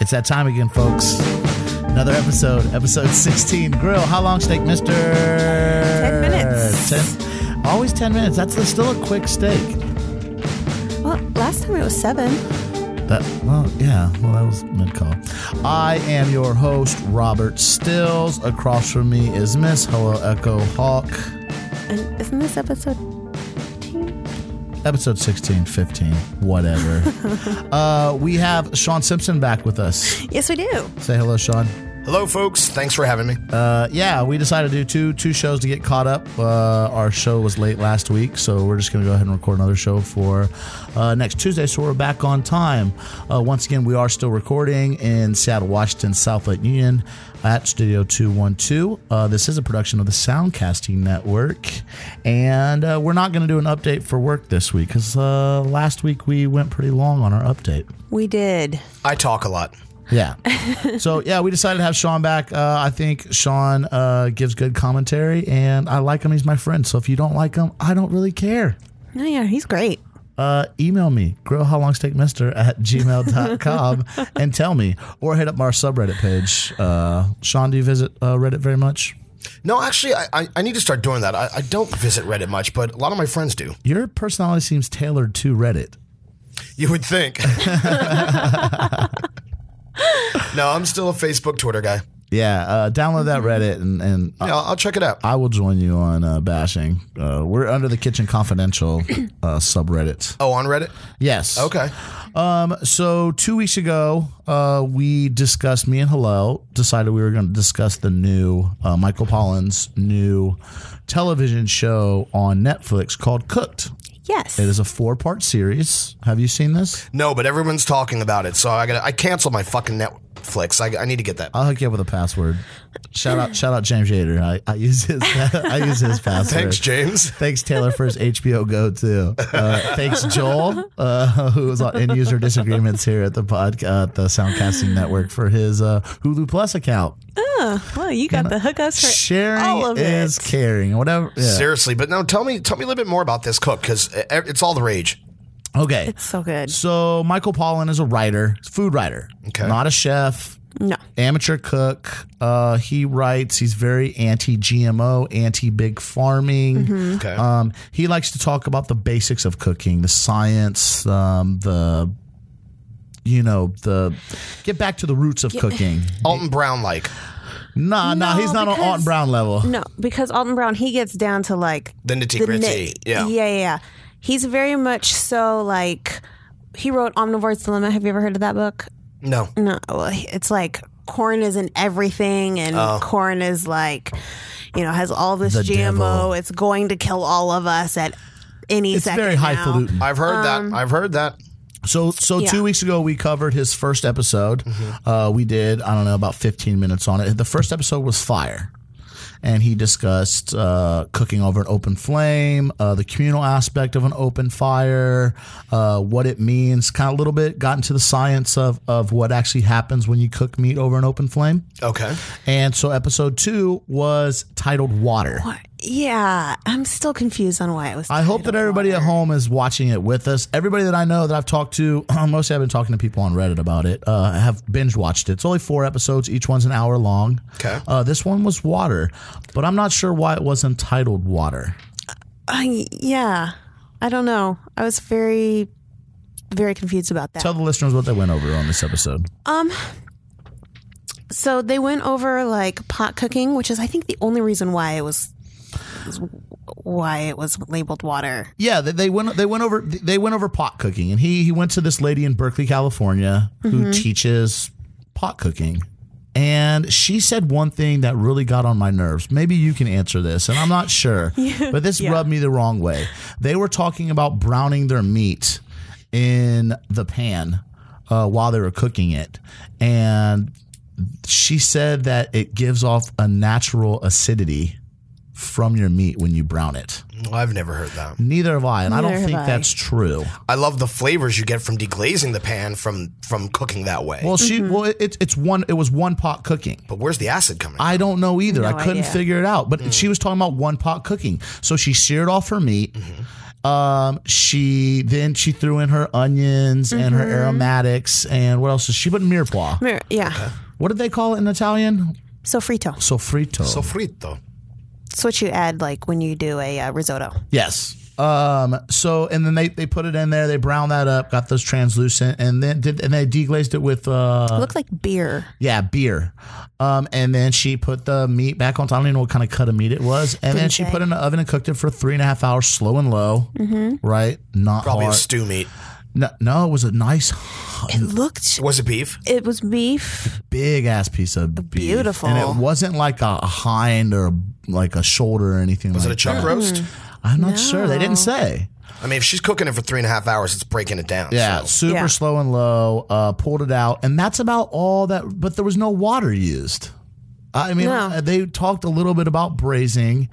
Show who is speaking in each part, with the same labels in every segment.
Speaker 1: It's that time again, folks. Another episode, episode 16. Grill, how long steak, mister? 10
Speaker 2: minutes.
Speaker 1: Ten, always 10 minutes. That's still a quick steak.
Speaker 2: Well, last time it was seven.
Speaker 1: That, well, yeah. Well, that was mid call. I am your host, Robert Stills. Across from me is Miss Hello Echo Hawk.
Speaker 2: And isn't this episode 15?
Speaker 1: Episode 16, 15, whatever. uh, we have Sean Simpson back with us.
Speaker 2: Yes, we do.
Speaker 1: Say hello, Sean.
Speaker 3: Hello, folks. Thanks for having me.
Speaker 1: Uh, yeah, we decided to do two two shows to get caught up. Uh, our show was late last week, so we're just going to go ahead and record another show for uh, next Tuesday. So we're back on time. Uh, once again, we are still recording in Seattle, Washington, Southlight Union at Studio 212. Uh, this is a production of the Soundcasting Network. And uh, we're not going to do an update for work this week because uh, last week we went pretty long on our update.
Speaker 2: We did.
Speaker 3: I talk a lot.
Speaker 1: Yeah. so yeah, we decided to have Sean back. Uh, I think Sean uh, gives good commentary, and I like him. He's my friend. So if you don't like him, I don't really care.
Speaker 2: No, yeah, he's great.
Speaker 1: Uh, email me, grillhowlongsteakmister at gmail.com, and tell me, or hit up our subreddit page. Uh, Sean, do you visit uh, Reddit very much?
Speaker 3: No, actually, I, I, I need to start doing that. I, I don't visit Reddit much, but a lot of my friends do.
Speaker 1: Your personality seems tailored to Reddit.
Speaker 3: You would think. no, I'm still a Facebook, Twitter guy.
Speaker 1: Yeah, uh, download that Reddit, and, and
Speaker 3: Yeah, I'll, I'll check it out.
Speaker 1: I will join you on uh, bashing. Uh, we're under the Kitchen Confidential uh, subreddit.
Speaker 3: Oh, on Reddit?
Speaker 1: Yes.
Speaker 3: Okay.
Speaker 1: Um, so two weeks ago, uh, we discussed me and Hillel decided we were going to discuss the new uh, Michael Pollan's new television show on Netflix called Cooked.
Speaker 2: Yes.
Speaker 1: It is a four part series. Have you seen this?
Speaker 3: No, but everyone's talking about it, so I got to I canceled my fucking Netflix. I, I need to get that.
Speaker 1: I'll hook you up with a password. Shout out, shout out James Yader. I, I use his, I use his password.
Speaker 3: Thanks, James.
Speaker 1: Thanks, Taylor, for his HBO Go too. Uh, thanks, Joel, uh, who was on end user disagreements here at the pod, uh, at the Soundcasting Network for his uh, Hulu Plus account.
Speaker 2: Oh, well, you got the hook us for
Speaker 1: Sharing
Speaker 2: all of
Speaker 1: is
Speaker 2: it.
Speaker 1: caring. Whatever. yeah.
Speaker 3: Seriously, but no, tell me tell me a little bit more about this cook because it's all the rage.
Speaker 1: Okay.
Speaker 2: It's so good.
Speaker 1: So Michael Pollan is a writer, food writer.
Speaker 3: Okay.
Speaker 1: Not a chef.
Speaker 2: No.
Speaker 1: amateur cook. Uh, he writes. He's very anti-GMO, anti-big farming.
Speaker 2: Mm-hmm.
Speaker 3: Okay.
Speaker 1: Um, he likes to talk about the basics of cooking, the science, um, the you know the get back to the roots of cooking.
Speaker 3: Alton Brown like
Speaker 1: Nah, nah,
Speaker 2: No,
Speaker 1: he's not on
Speaker 2: because-
Speaker 1: Alton Brown level.
Speaker 2: No, because Alton Brown, he gets down to like
Speaker 3: the nitty
Speaker 2: the
Speaker 3: gritty.
Speaker 2: nit-
Speaker 3: Yeah.
Speaker 2: yeah, yeah, yeah. He's very much so like he wrote Omnivore's Dilemma. Have you ever heard of that book?
Speaker 3: No.
Speaker 2: No, well, it's like corn is in everything, and corn is like, you know, has all this
Speaker 1: Oh. The
Speaker 2: GMO.
Speaker 1: devil.
Speaker 2: It's going to kill all of us at any
Speaker 1: It's
Speaker 2: second.
Speaker 1: very
Speaker 2: now.
Speaker 1: highfalutin.
Speaker 3: I've heard that. I've heard that.
Speaker 1: So, so
Speaker 2: Yeah.
Speaker 1: two weeks ago we covered his first episode. Uh, we did I don't know about fifteen minutes on it. The first episode was fire, and he discussed uh, cooking over an open flame, uh, the communal aspect of an open fire, uh, what it means, kind of a little bit. Got into the science of of what actually happens when you cook meat over an open flame.
Speaker 3: Okay.
Speaker 1: And so episode two was titled Water.
Speaker 2: Yeah, I'm still confused on why it was.
Speaker 1: I hope that everybody at home is watching it with us. Everybody that I know that I've talked to, mostly I've been talking to people on Reddit about it, uh, have binge watched it. It's only four episodes, each one's an hour long.
Speaker 3: Okay.
Speaker 1: Uh, this one was Water, but I'm not sure why it wasn't titled Water.
Speaker 2: I, yeah, I don't know. I was very, very confused about that.
Speaker 1: Tell the listeners what they went over on this episode.
Speaker 2: So they went over like pot cooking, which is I think the only reason why it was is why it was labeled water.
Speaker 1: Yeah, they, they went they went over they went over pot cooking, and he he went to this lady in Berkeley, California, who teaches pot cooking. And she said one thing that really got on my nerves. Maybe you can answer this, and I'm not sure, but this rubbed me the wrong way. They were talking about browning their meat in the pan uh, while they were cooking it, and she said that it gives off a natural acidity from your meat when you brown it.
Speaker 3: I've never heard that.
Speaker 1: Neither have I, and I
Speaker 2: Neither
Speaker 1: don't
Speaker 2: have
Speaker 1: think
Speaker 2: I.
Speaker 1: that's true.
Speaker 3: I love the flavors you get from deglazing the pan from from cooking that way.
Speaker 1: Well, she,
Speaker 2: Mm-hmm.
Speaker 1: well, it- it's it's one. It was one pot cooking.
Speaker 3: but where's the acid coming?
Speaker 1: I don't know either. I
Speaker 2: No
Speaker 1: couldn't
Speaker 2: idea.
Speaker 1: figure it out. But she was talking about one pot cooking. So she seared off her meat, Um, she then she threw in her onions and
Speaker 2: Mm-hmm.
Speaker 1: her aromatics and what else? Is she put mirepoix?
Speaker 2: Mir- Yeah.
Speaker 1: What did they call it in Italian?
Speaker 2: Sofrito.
Speaker 1: Sofrito.
Speaker 3: Sofrito.
Speaker 2: It's what you add like when you do a uh, risotto.
Speaker 1: yes. Um. So and then they they put it in there. They browned that up. Got those translucent and then did and they deglazed it with uh
Speaker 2: Look like beer.
Speaker 1: yeah beer. Um. And then she put the meat back on top. I don't even know what kind of cut of meat it was. And then
Speaker 2: Didn't
Speaker 1: she
Speaker 2: say.
Speaker 1: put it in the oven and cooked it for three and a half hours, slow and low. Mm-hmm. Right. Not
Speaker 3: Probably a
Speaker 1: hard.
Speaker 3: stew meat.
Speaker 1: no, no, it was a nice
Speaker 2: It looked.
Speaker 3: Was it beef?
Speaker 2: It was beef.
Speaker 1: big ass piece of beef.
Speaker 2: Beautiful.
Speaker 1: and it wasn't like a hind or like a shoulder or anything.
Speaker 3: Was
Speaker 1: like
Speaker 3: it a chuck
Speaker 1: that.
Speaker 3: roast?
Speaker 1: I'm not sure. They didn't say.
Speaker 3: I mean, if she's cooking it for three and a half hours, it's breaking it down.
Speaker 1: Yeah,
Speaker 3: so.
Speaker 1: super
Speaker 2: Yeah.
Speaker 1: slow and low. Uh, pulled it out, and that's about all that. But there was no water used. I mean, uh,
Speaker 2: No.
Speaker 1: they talked a little bit about braising,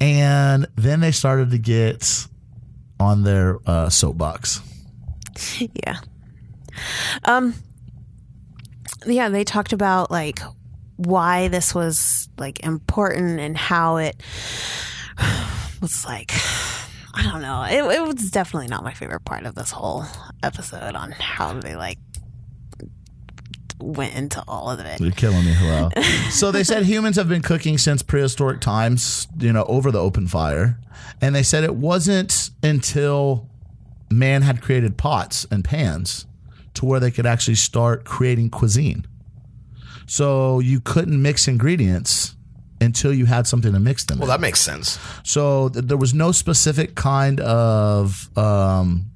Speaker 1: and then they started to get on their uh, soapbox.
Speaker 2: Yeah. Um. Yeah, they talked about like why this was like important and how it was like. I don't know. It, it was definitely not my favorite part of this whole episode on how they like went into all of it.
Speaker 1: You're killing me, hello. so they said humans have been cooking since prehistoric times, you know, over the open fire. And they said it wasn't until man had created pots and pans to where they could actually start creating cuisine. So you couldn't mix ingredients until you had something to mix them. in.
Speaker 3: Well, that makes sense.
Speaker 1: So th- there was no specific kind of um,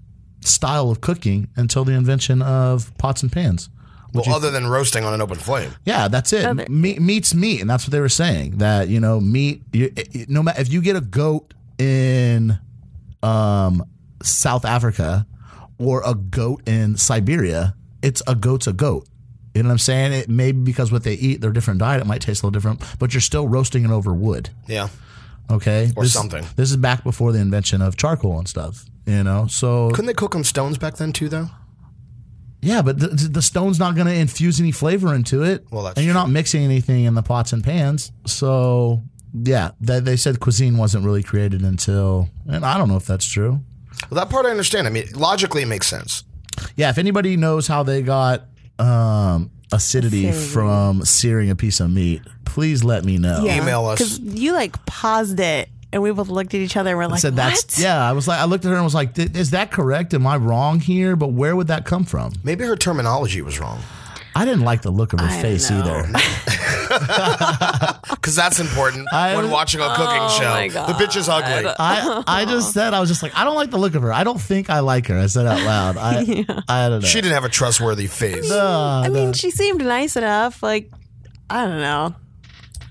Speaker 1: style of cooking until the invention of pots and pans.
Speaker 3: Well, other than roasting on an open flame.
Speaker 1: Yeah, that's it.
Speaker 2: Other-
Speaker 1: Me- meat's meat, and that's what they were saying. That you know, meat. You, it- it- no matter if you get a goat in um, South Africa or a goat in Siberia, it's a goat's a goat. You know what I'm saying? It may be because what they eat, their different diet, it might taste a little different, but you're still roasting it over wood.
Speaker 3: Yeah.
Speaker 1: Okay,
Speaker 3: Or
Speaker 1: This-
Speaker 3: something.
Speaker 1: This is back before the invention of charcoal and stuff. You know, so
Speaker 3: Couldn't they cook on stones back then too, though?
Speaker 1: Yeah, but the, the stone's not going to infuse any flavor into it.
Speaker 3: Well, that's
Speaker 1: and you're not mixing anything in the pots and pans. So yeah, they, they said cuisine wasn't really created until, and I don't know if that's true.
Speaker 3: Well, that part I understand. I mean, logically, it makes sense.
Speaker 1: Yeah, if anybody knows how they got um, acidity
Speaker 2: Acidity.
Speaker 1: from searing a piece of meat, please let me know.
Speaker 2: Yeah.
Speaker 3: Email us.
Speaker 2: because you like paused it, and we both looked at each other and were
Speaker 1: I
Speaker 2: like,
Speaker 1: said
Speaker 2: "What?"
Speaker 1: that's yeah. I was like, I looked at her and was like, "Th- is that correct? Am I wrong here? But where would that come from?
Speaker 3: Maybe her terminology was wrong.
Speaker 1: I didn't like the look of her
Speaker 2: I
Speaker 1: face
Speaker 2: know.
Speaker 1: either.
Speaker 3: Because that's important
Speaker 1: I-
Speaker 3: when watching a cooking show.
Speaker 2: my
Speaker 3: The bitch is ugly.
Speaker 1: I I just said I was just like I don't like the look of her. I don't think I like her. I said out loud. I I don't know.
Speaker 3: She didn't have a trustworthy face.
Speaker 1: Uh,
Speaker 2: I mean, she seemed nice enough. Like, I don't know.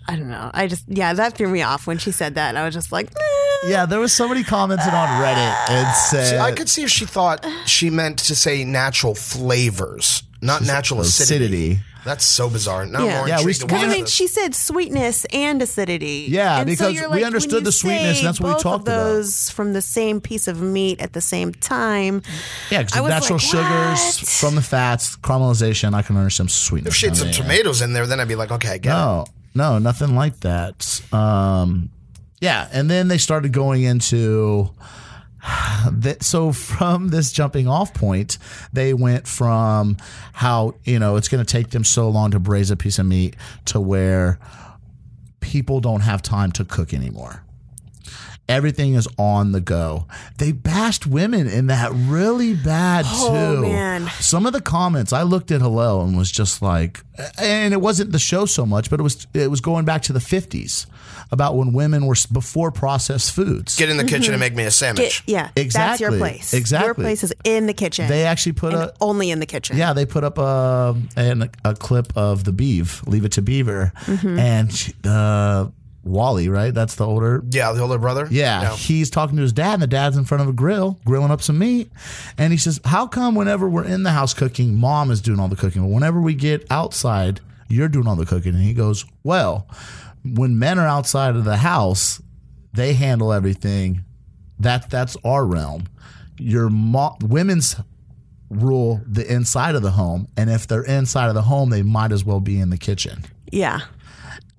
Speaker 2: I don't know. I just, yeah, that threw me off when she said that. And I was just like, "Eh."
Speaker 1: yeah, there was somebody commented on Reddit and said
Speaker 3: See, I could see if she thought she meant to say natural flavors, not natural acidity.
Speaker 1: acidity.
Speaker 3: That's so bizarre. Now
Speaker 2: Yeah.
Speaker 3: I'm more
Speaker 1: Yeah, we-
Speaker 3: intrigued.
Speaker 1: Well,
Speaker 2: I
Speaker 1: yeah.
Speaker 2: mean, she said sweetness and acidity.
Speaker 1: Yeah,
Speaker 2: And
Speaker 1: because
Speaker 2: you're
Speaker 1: we
Speaker 2: when
Speaker 1: understood
Speaker 2: you
Speaker 1: the sweetness,
Speaker 2: say
Speaker 1: and that's what we
Speaker 2: both of
Speaker 1: talked about.
Speaker 2: Those from the same piece of meat at the same time.
Speaker 1: Yeah, because
Speaker 2: I
Speaker 1: the
Speaker 2: was
Speaker 1: natural
Speaker 2: like,
Speaker 1: sugars
Speaker 2: "What?"
Speaker 1: from the fats, caramelization. I can understand sweetness.
Speaker 3: if she had
Speaker 1: I
Speaker 3: some
Speaker 1: mean,
Speaker 3: tomatoes in there, then I'd be like, okay, I get
Speaker 1: Oh, No, no, nothing like that. Um, yeah, and then they started going into. That, so from this jumping off point, they went from how you know it's going to take them so long to braise a piece of meat to where people don't have time to cook anymore. Everything is on the go. They bashed women in that really bad
Speaker 2: Oh,
Speaker 1: too.
Speaker 2: man.
Speaker 1: Some of the comments I looked at hello and was just like and it wasn't the show so much, but it was it was going back to the 50s about when women were s- before processed foods.
Speaker 3: it. Get in the kitchen and make me a sandwich.
Speaker 2: It- yeah, that's
Speaker 1: Exactly.
Speaker 2: your place.
Speaker 1: Exactly.
Speaker 2: Your place is in the kitchen.
Speaker 1: they actually put
Speaker 2: and
Speaker 1: a
Speaker 2: only in the kitchen.
Speaker 1: yeah, they put up a an, a clip of the Beeve, Leave It to Beaver, and she- uh, Wally, right? That's the older
Speaker 3: yeah, the older brother.
Speaker 1: Yeah,
Speaker 3: No.
Speaker 1: he's talking to his dad, and the dad's in front of a grill, grilling up some meat. And he says, How come whenever we're in the house cooking, mom is doing all the cooking? But whenever we get outside, you're doing all the cooking. And he goes, Well, when men are outside of the house, they handle everything. That that's our realm. Your mo- women's rule the inside of the home, and if they're inside of the home, they might as well be in the kitchen.
Speaker 2: Yeah.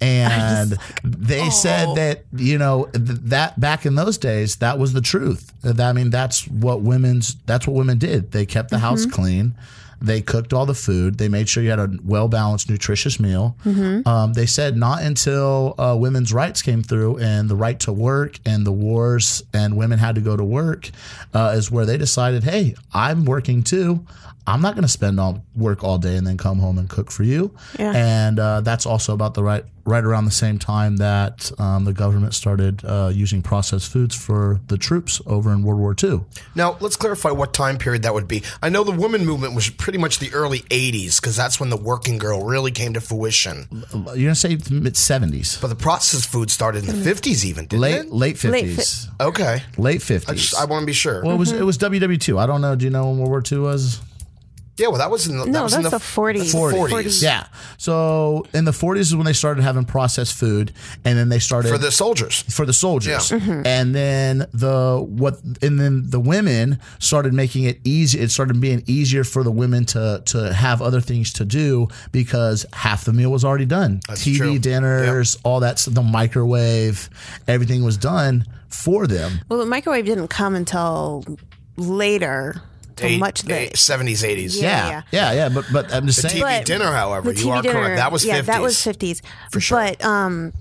Speaker 1: And they said that, you know, th- that back in those days, that was the truth. That- I mean, that's what women's, that's what women did. They kept the house clean. They cooked all the food. They made sure you had a well balanced, nutritious meal. Um, they said not until uh, women's rights came through and the right to work and the wars and women had to go to work uh, is where they decided, hey, I'm working too. I'm not going to spend all work all day and then come home and cook for you.
Speaker 2: Yeah.
Speaker 1: And uh, that's also about the right right around the same time that um, the government started uh, using processed foods for the troops over in World War II.
Speaker 3: Now, let's clarify what time period that would be. I know the women movement was pretty much the early 80s because that's when the working girl really came to fruition.
Speaker 1: You're going to say the mid 70s,
Speaker 3: But the processed food started in the 50s, even, didn't
Speaker 1: late
Speaker 3: it?
Speaker 1: late 50s,
Speaker 2: Late Mm-hmm.
Speaker 1: late,
Speaker 3: Okay.
Speaker 1: 50s.
Speaker 3: I just, I want to be sure.
Speaker 1: Well, it was it was WW two. I don't know. Do you know when World War II was?
Speaker 3: yeah, well, that was in the, that
Speaker 2: No,
Speaker 3: was in
Speaker 2: that's
Speaker 3: the,
Speaker 2: the 40s.
Speaker 3: 40s.
Speaker 2: 40s.
Speaker 1: Yeah. So in the forties is when they started having processed food, and then they started
Speaker 3: For the soldiers.
Speaker 1: for the soldiers. And then the what and then the women started making it easy it started being easier for the women to to have other things to do because half the meal was already done. TV
Speaker 3: true.
Speaker 1: dinners, all that s- the microwave, everything was done for them.
Speaker 2: Well, the microwave didn't come until later, till
Speaker 3: Eight-
Speaker 2: much
Speaker 3: eight-
Speaker 2: later.
Speaker 3: 70s, 80s.
Speaker 1: Yeah. Yeah,
Speaker 2: yeah.
Speaker 1: yeah, but but I'm just saying
Speaker 3: TV
Speaker 2: But
Speaker 3: dinner, however, you are correct. That was
Speaker 2: yeah,
Speaker 3: 50s.
Speaker 2: that was fifties for sure. But um,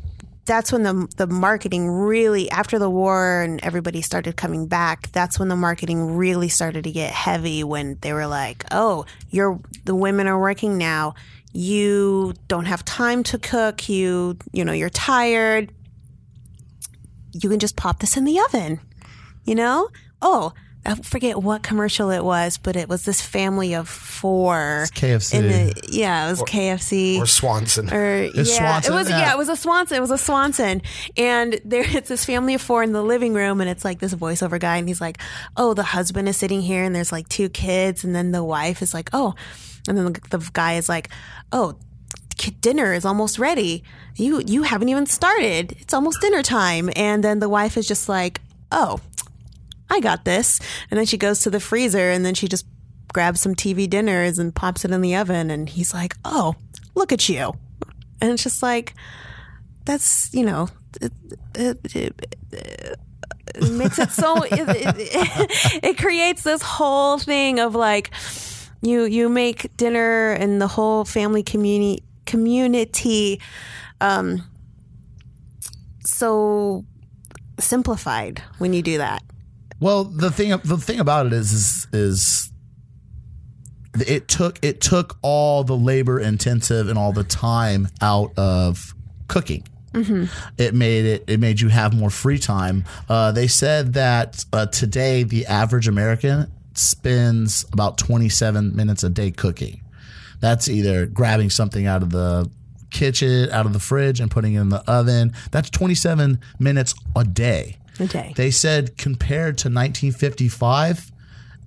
Speaker 2: that's when the the marketing really after the war and everybody started coming back. That's when the marketing really started to get heavy. When they were like, "Oh, you're the women are working now. You don't have time to cook. You you know you're tired. You can just pop this in the oven." you know? Oh, I forget what commercial it was, but it was this family of four.
Speaker 1: It's KFC.
Speaker 2: In the, yeah, it was KFC.
Speaker 3: Or Swanson.
Speaker 2: Or- yeah,
Speaker 1: Swanson?
Speaker 2: it was
Speaker 1: Yeah.
Speaker 2: yeah. it was a Swanson. It was a Swanson, and there it's this family of four in the living room, and it's like this voiceover guy, and he's like, "Oh, the husband is sitting here, and there's like two kids, and then the wife is like, oh, and then the, the guy is like, oh, ki- dinner is almost ready. You you haven't even started. It's almost dinner time, and then the wife is just like, oh, I got this, and then she goes to the freezer, and then she just grabs some TV dinners and pops it in the oven, and he's like, oh. Look at you. And it's just like, that's, you know, it, it, it, it makes it so, it, it, it creates this whole thing of like, you, you make dinner and the whole family community, community, um, so simplified when you do that.
Speaker 1: Well, the thing the thing about it is is, is it took it took all the labor intensive and all the time out of cooking. It made it it made you have more free time. Uh, they said that uh, today the average American spends about 27 minutes a day cooking. That's either grabbing something out of the kitchen, out of the fridge, and putting it in the oven. That's 27 minutes a day.
Speaker 2: Okay.
Speaker 1: They said compared to 1955,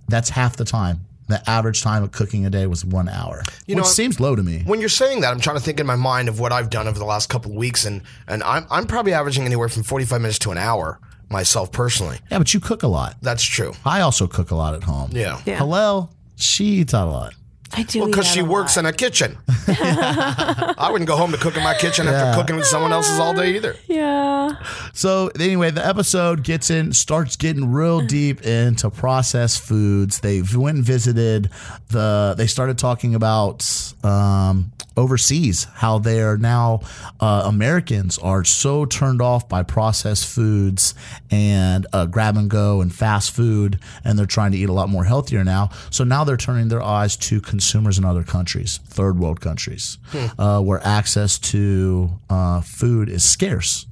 Speaker 1: that's half the time. The average time of cooking a day was one hour,
Speaker 3: You
Speaker 1: which
Speaker 3: know,
Speaker 1: seems low to me.
Speaker 3: when you're saying that, I'm trying to think in my mind of what I've done over the last couple of weeks, and and I'm I'm probably averaging anywhere from 45 minutes to an hour myself personally.
Speaker 1: yeah, but you cook a lot.
Speaker 3: That's true.
Speaker 1: I also cook a lot at home.
Speaker 3: Yeah.
Speaker 2: Yeah.
Speaker 1: Hallel, she eats out a lot.
Speaker 2: I do.
Speaker 3: Well, because
Speaker 2: eat out
Speaker 3: she
Speaker 2: a
Speaker 3: works
Speaker 2: lot.
Speaker 3: in a kitchen. I wouldn't go home to cook in my kitchen after cooking with someone else's all day either.
Speaker 2: Yeah.
Speaker 1: So anyway, the episode gets in, starts getting real deep into processed foods. They went and visited the. They started talking about um, overseas how they are now uh, Americans are so turned off by processed foods and uh, grab and go and fast food, and they're trying to eat a lot more healthier now. So now they're turning their eyes to consumers in other countries, third world countries, uh, where access to uh, food is scarce.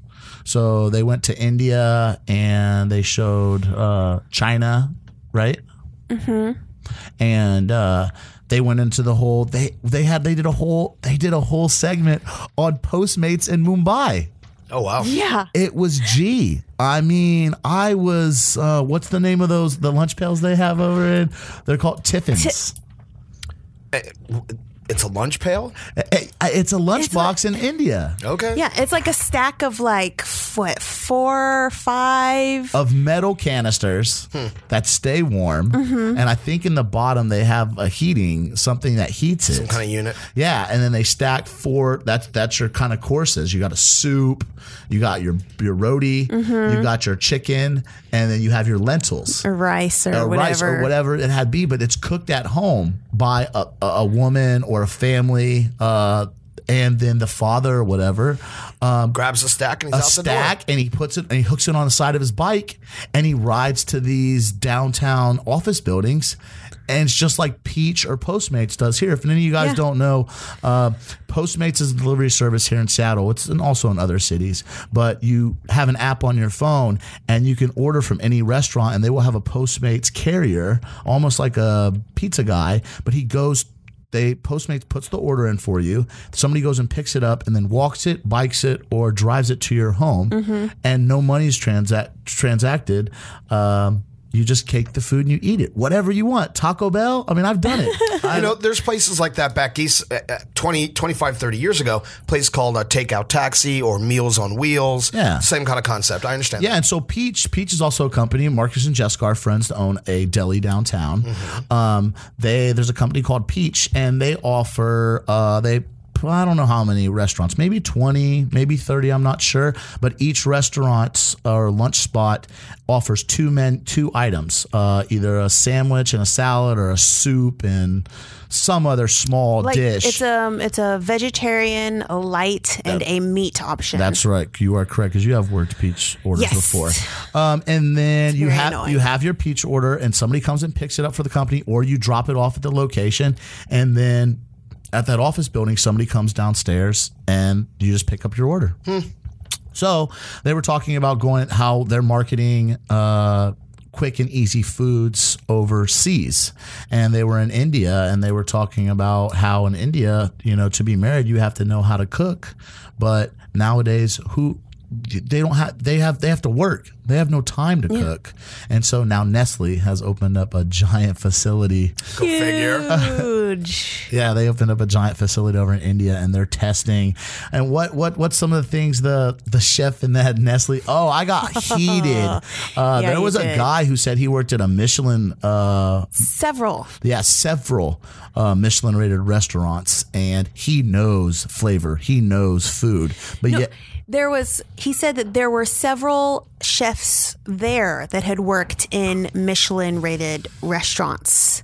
Speaker 1: So they went to India and they showed uh, China, right? Mm-hmm. And uh, they went into the whole they they had they did a whole they did a whole segment on Postmates in Mumbai.
Speaker 3: Oh wow.
Speaker 2: Yeah.
Speaker 1: It was G. I mean, I was uh, what's the name of those the lunch pails they have over in? They're called Tiffins.
Speaker 3: It's a lunch pail.
Speaker 1: I- I- Eh, It's a lunchbox in India
Speaker 3: Okay.
Speaker 2: Yeah, it's like a stack of like f- what four, five.
Speaker 1: of metal canisters that stay warm, and I think in the bottom they have a heating something that heats it.
Speaker 3: Kind of unit.
Speaker 1: Yeah, and then they stack four. That's that's your kind of courses. You got a soup, you got your your roti, you got your chicken, and then you have your lentils
Speaker 2: or rice or
Speaker 1: or
Speaker 2: whatever.
Speaker 1: Oh, rice or whatever it had be. But it's cooked at home by a, a a woman or a family, uh, and then the father or whatever um,
Speaker 3: Grabs a stack and he's
Speaker 1: a
Speaker 3: out the door.
Speaker 1: stack, and he puts it and he hooks it on the side of his bike, and he rides to these downtown office buildings. And it's just like Peach or Postmates does here. If any of you guys
Speaker 2: Yeah.
Speaker 1: don't know, uh, Postmates is a delivery service here in Seattle. It's in, also in other cities, but you have an app on your phone and you can order from any restaurant, and they will have a Postmates carrier, almost like a pizza guy, but he goes they Postmates puts the order in for you. Somebody goes and picks it up and then walks it, bikes it, or drives it to your home, and no money's transact transacted. Um, you just take the food and you eat it, whatever you want. Taco Bell. I mean, I've done it. I,
Speaker 3: You know, there's places like that back east uh, uh, 20, 25, 30 years ago. Place called uh, Takeout Taxi or Meals on Wheels.
Speaker 1: Yeah.
Speaker 3: Same kind of concept. I understand.
Speaker 1: Yeah, and so Peach, Peach is also a company. Marcus and Jessica are friends to own a deli downtown.
Speaker 2: Mm-hmm.
Speaker 1: Um, they there's a company called Peach, and they offer uh, they. I don't know how many restaurants, maybe 20, maybe 30, I'm not sure. But each restaurant or lunch spot offers two men, two items, uh, either a sandwich and a salad or a soup and some other small
Speaker 2: like
Speaker 1: dish.
Speaker 2: it's um it's a vegetarian, a light, and a meat option.
Speaker 1: That's right. You are correct because you have worked peach orders
Speaker 2: Yes.
Speaker 1: before. Um, and then you
Speaker 2: very
Speaker 1: have
Speaker 2: annoying.
Speaker 1: you have your peach order, and somebody comes and picks it up for the company, or you drop it off at the location, and then at that office building, somebody comes downstairs and you just pick up your order. So they were talking about going how they're marketing uh, quick and easy foods overseas, and they were in India and they were talking about how in India, you know, to be married you have to know how to cook, but nowadays who they don't have they have they have to work they have no time to cook and so now nestle has opened up a giant facility
Speaker 3: Go figure.
Speaker 2: Huge.
Speaker 1: yeah, they opened up a giant facility over in India, and they're testing. And what what what's some of the things the the chef in that Nestle? Oh, I got heated. Uh, there
Speaker 2: you
Speaker 1: was a
Speaker 2: did.
Speaker 1: guy who said he worked at a Michelin. Uh,
Speaker 2: Several.
Speaker 1: yeah, several uh, Michelin rated restaurants, and he knows flavor. He knows food, but yet.
Speaker 2: There was he said that there were several chefs there that had worked in Michelin rated restaurants.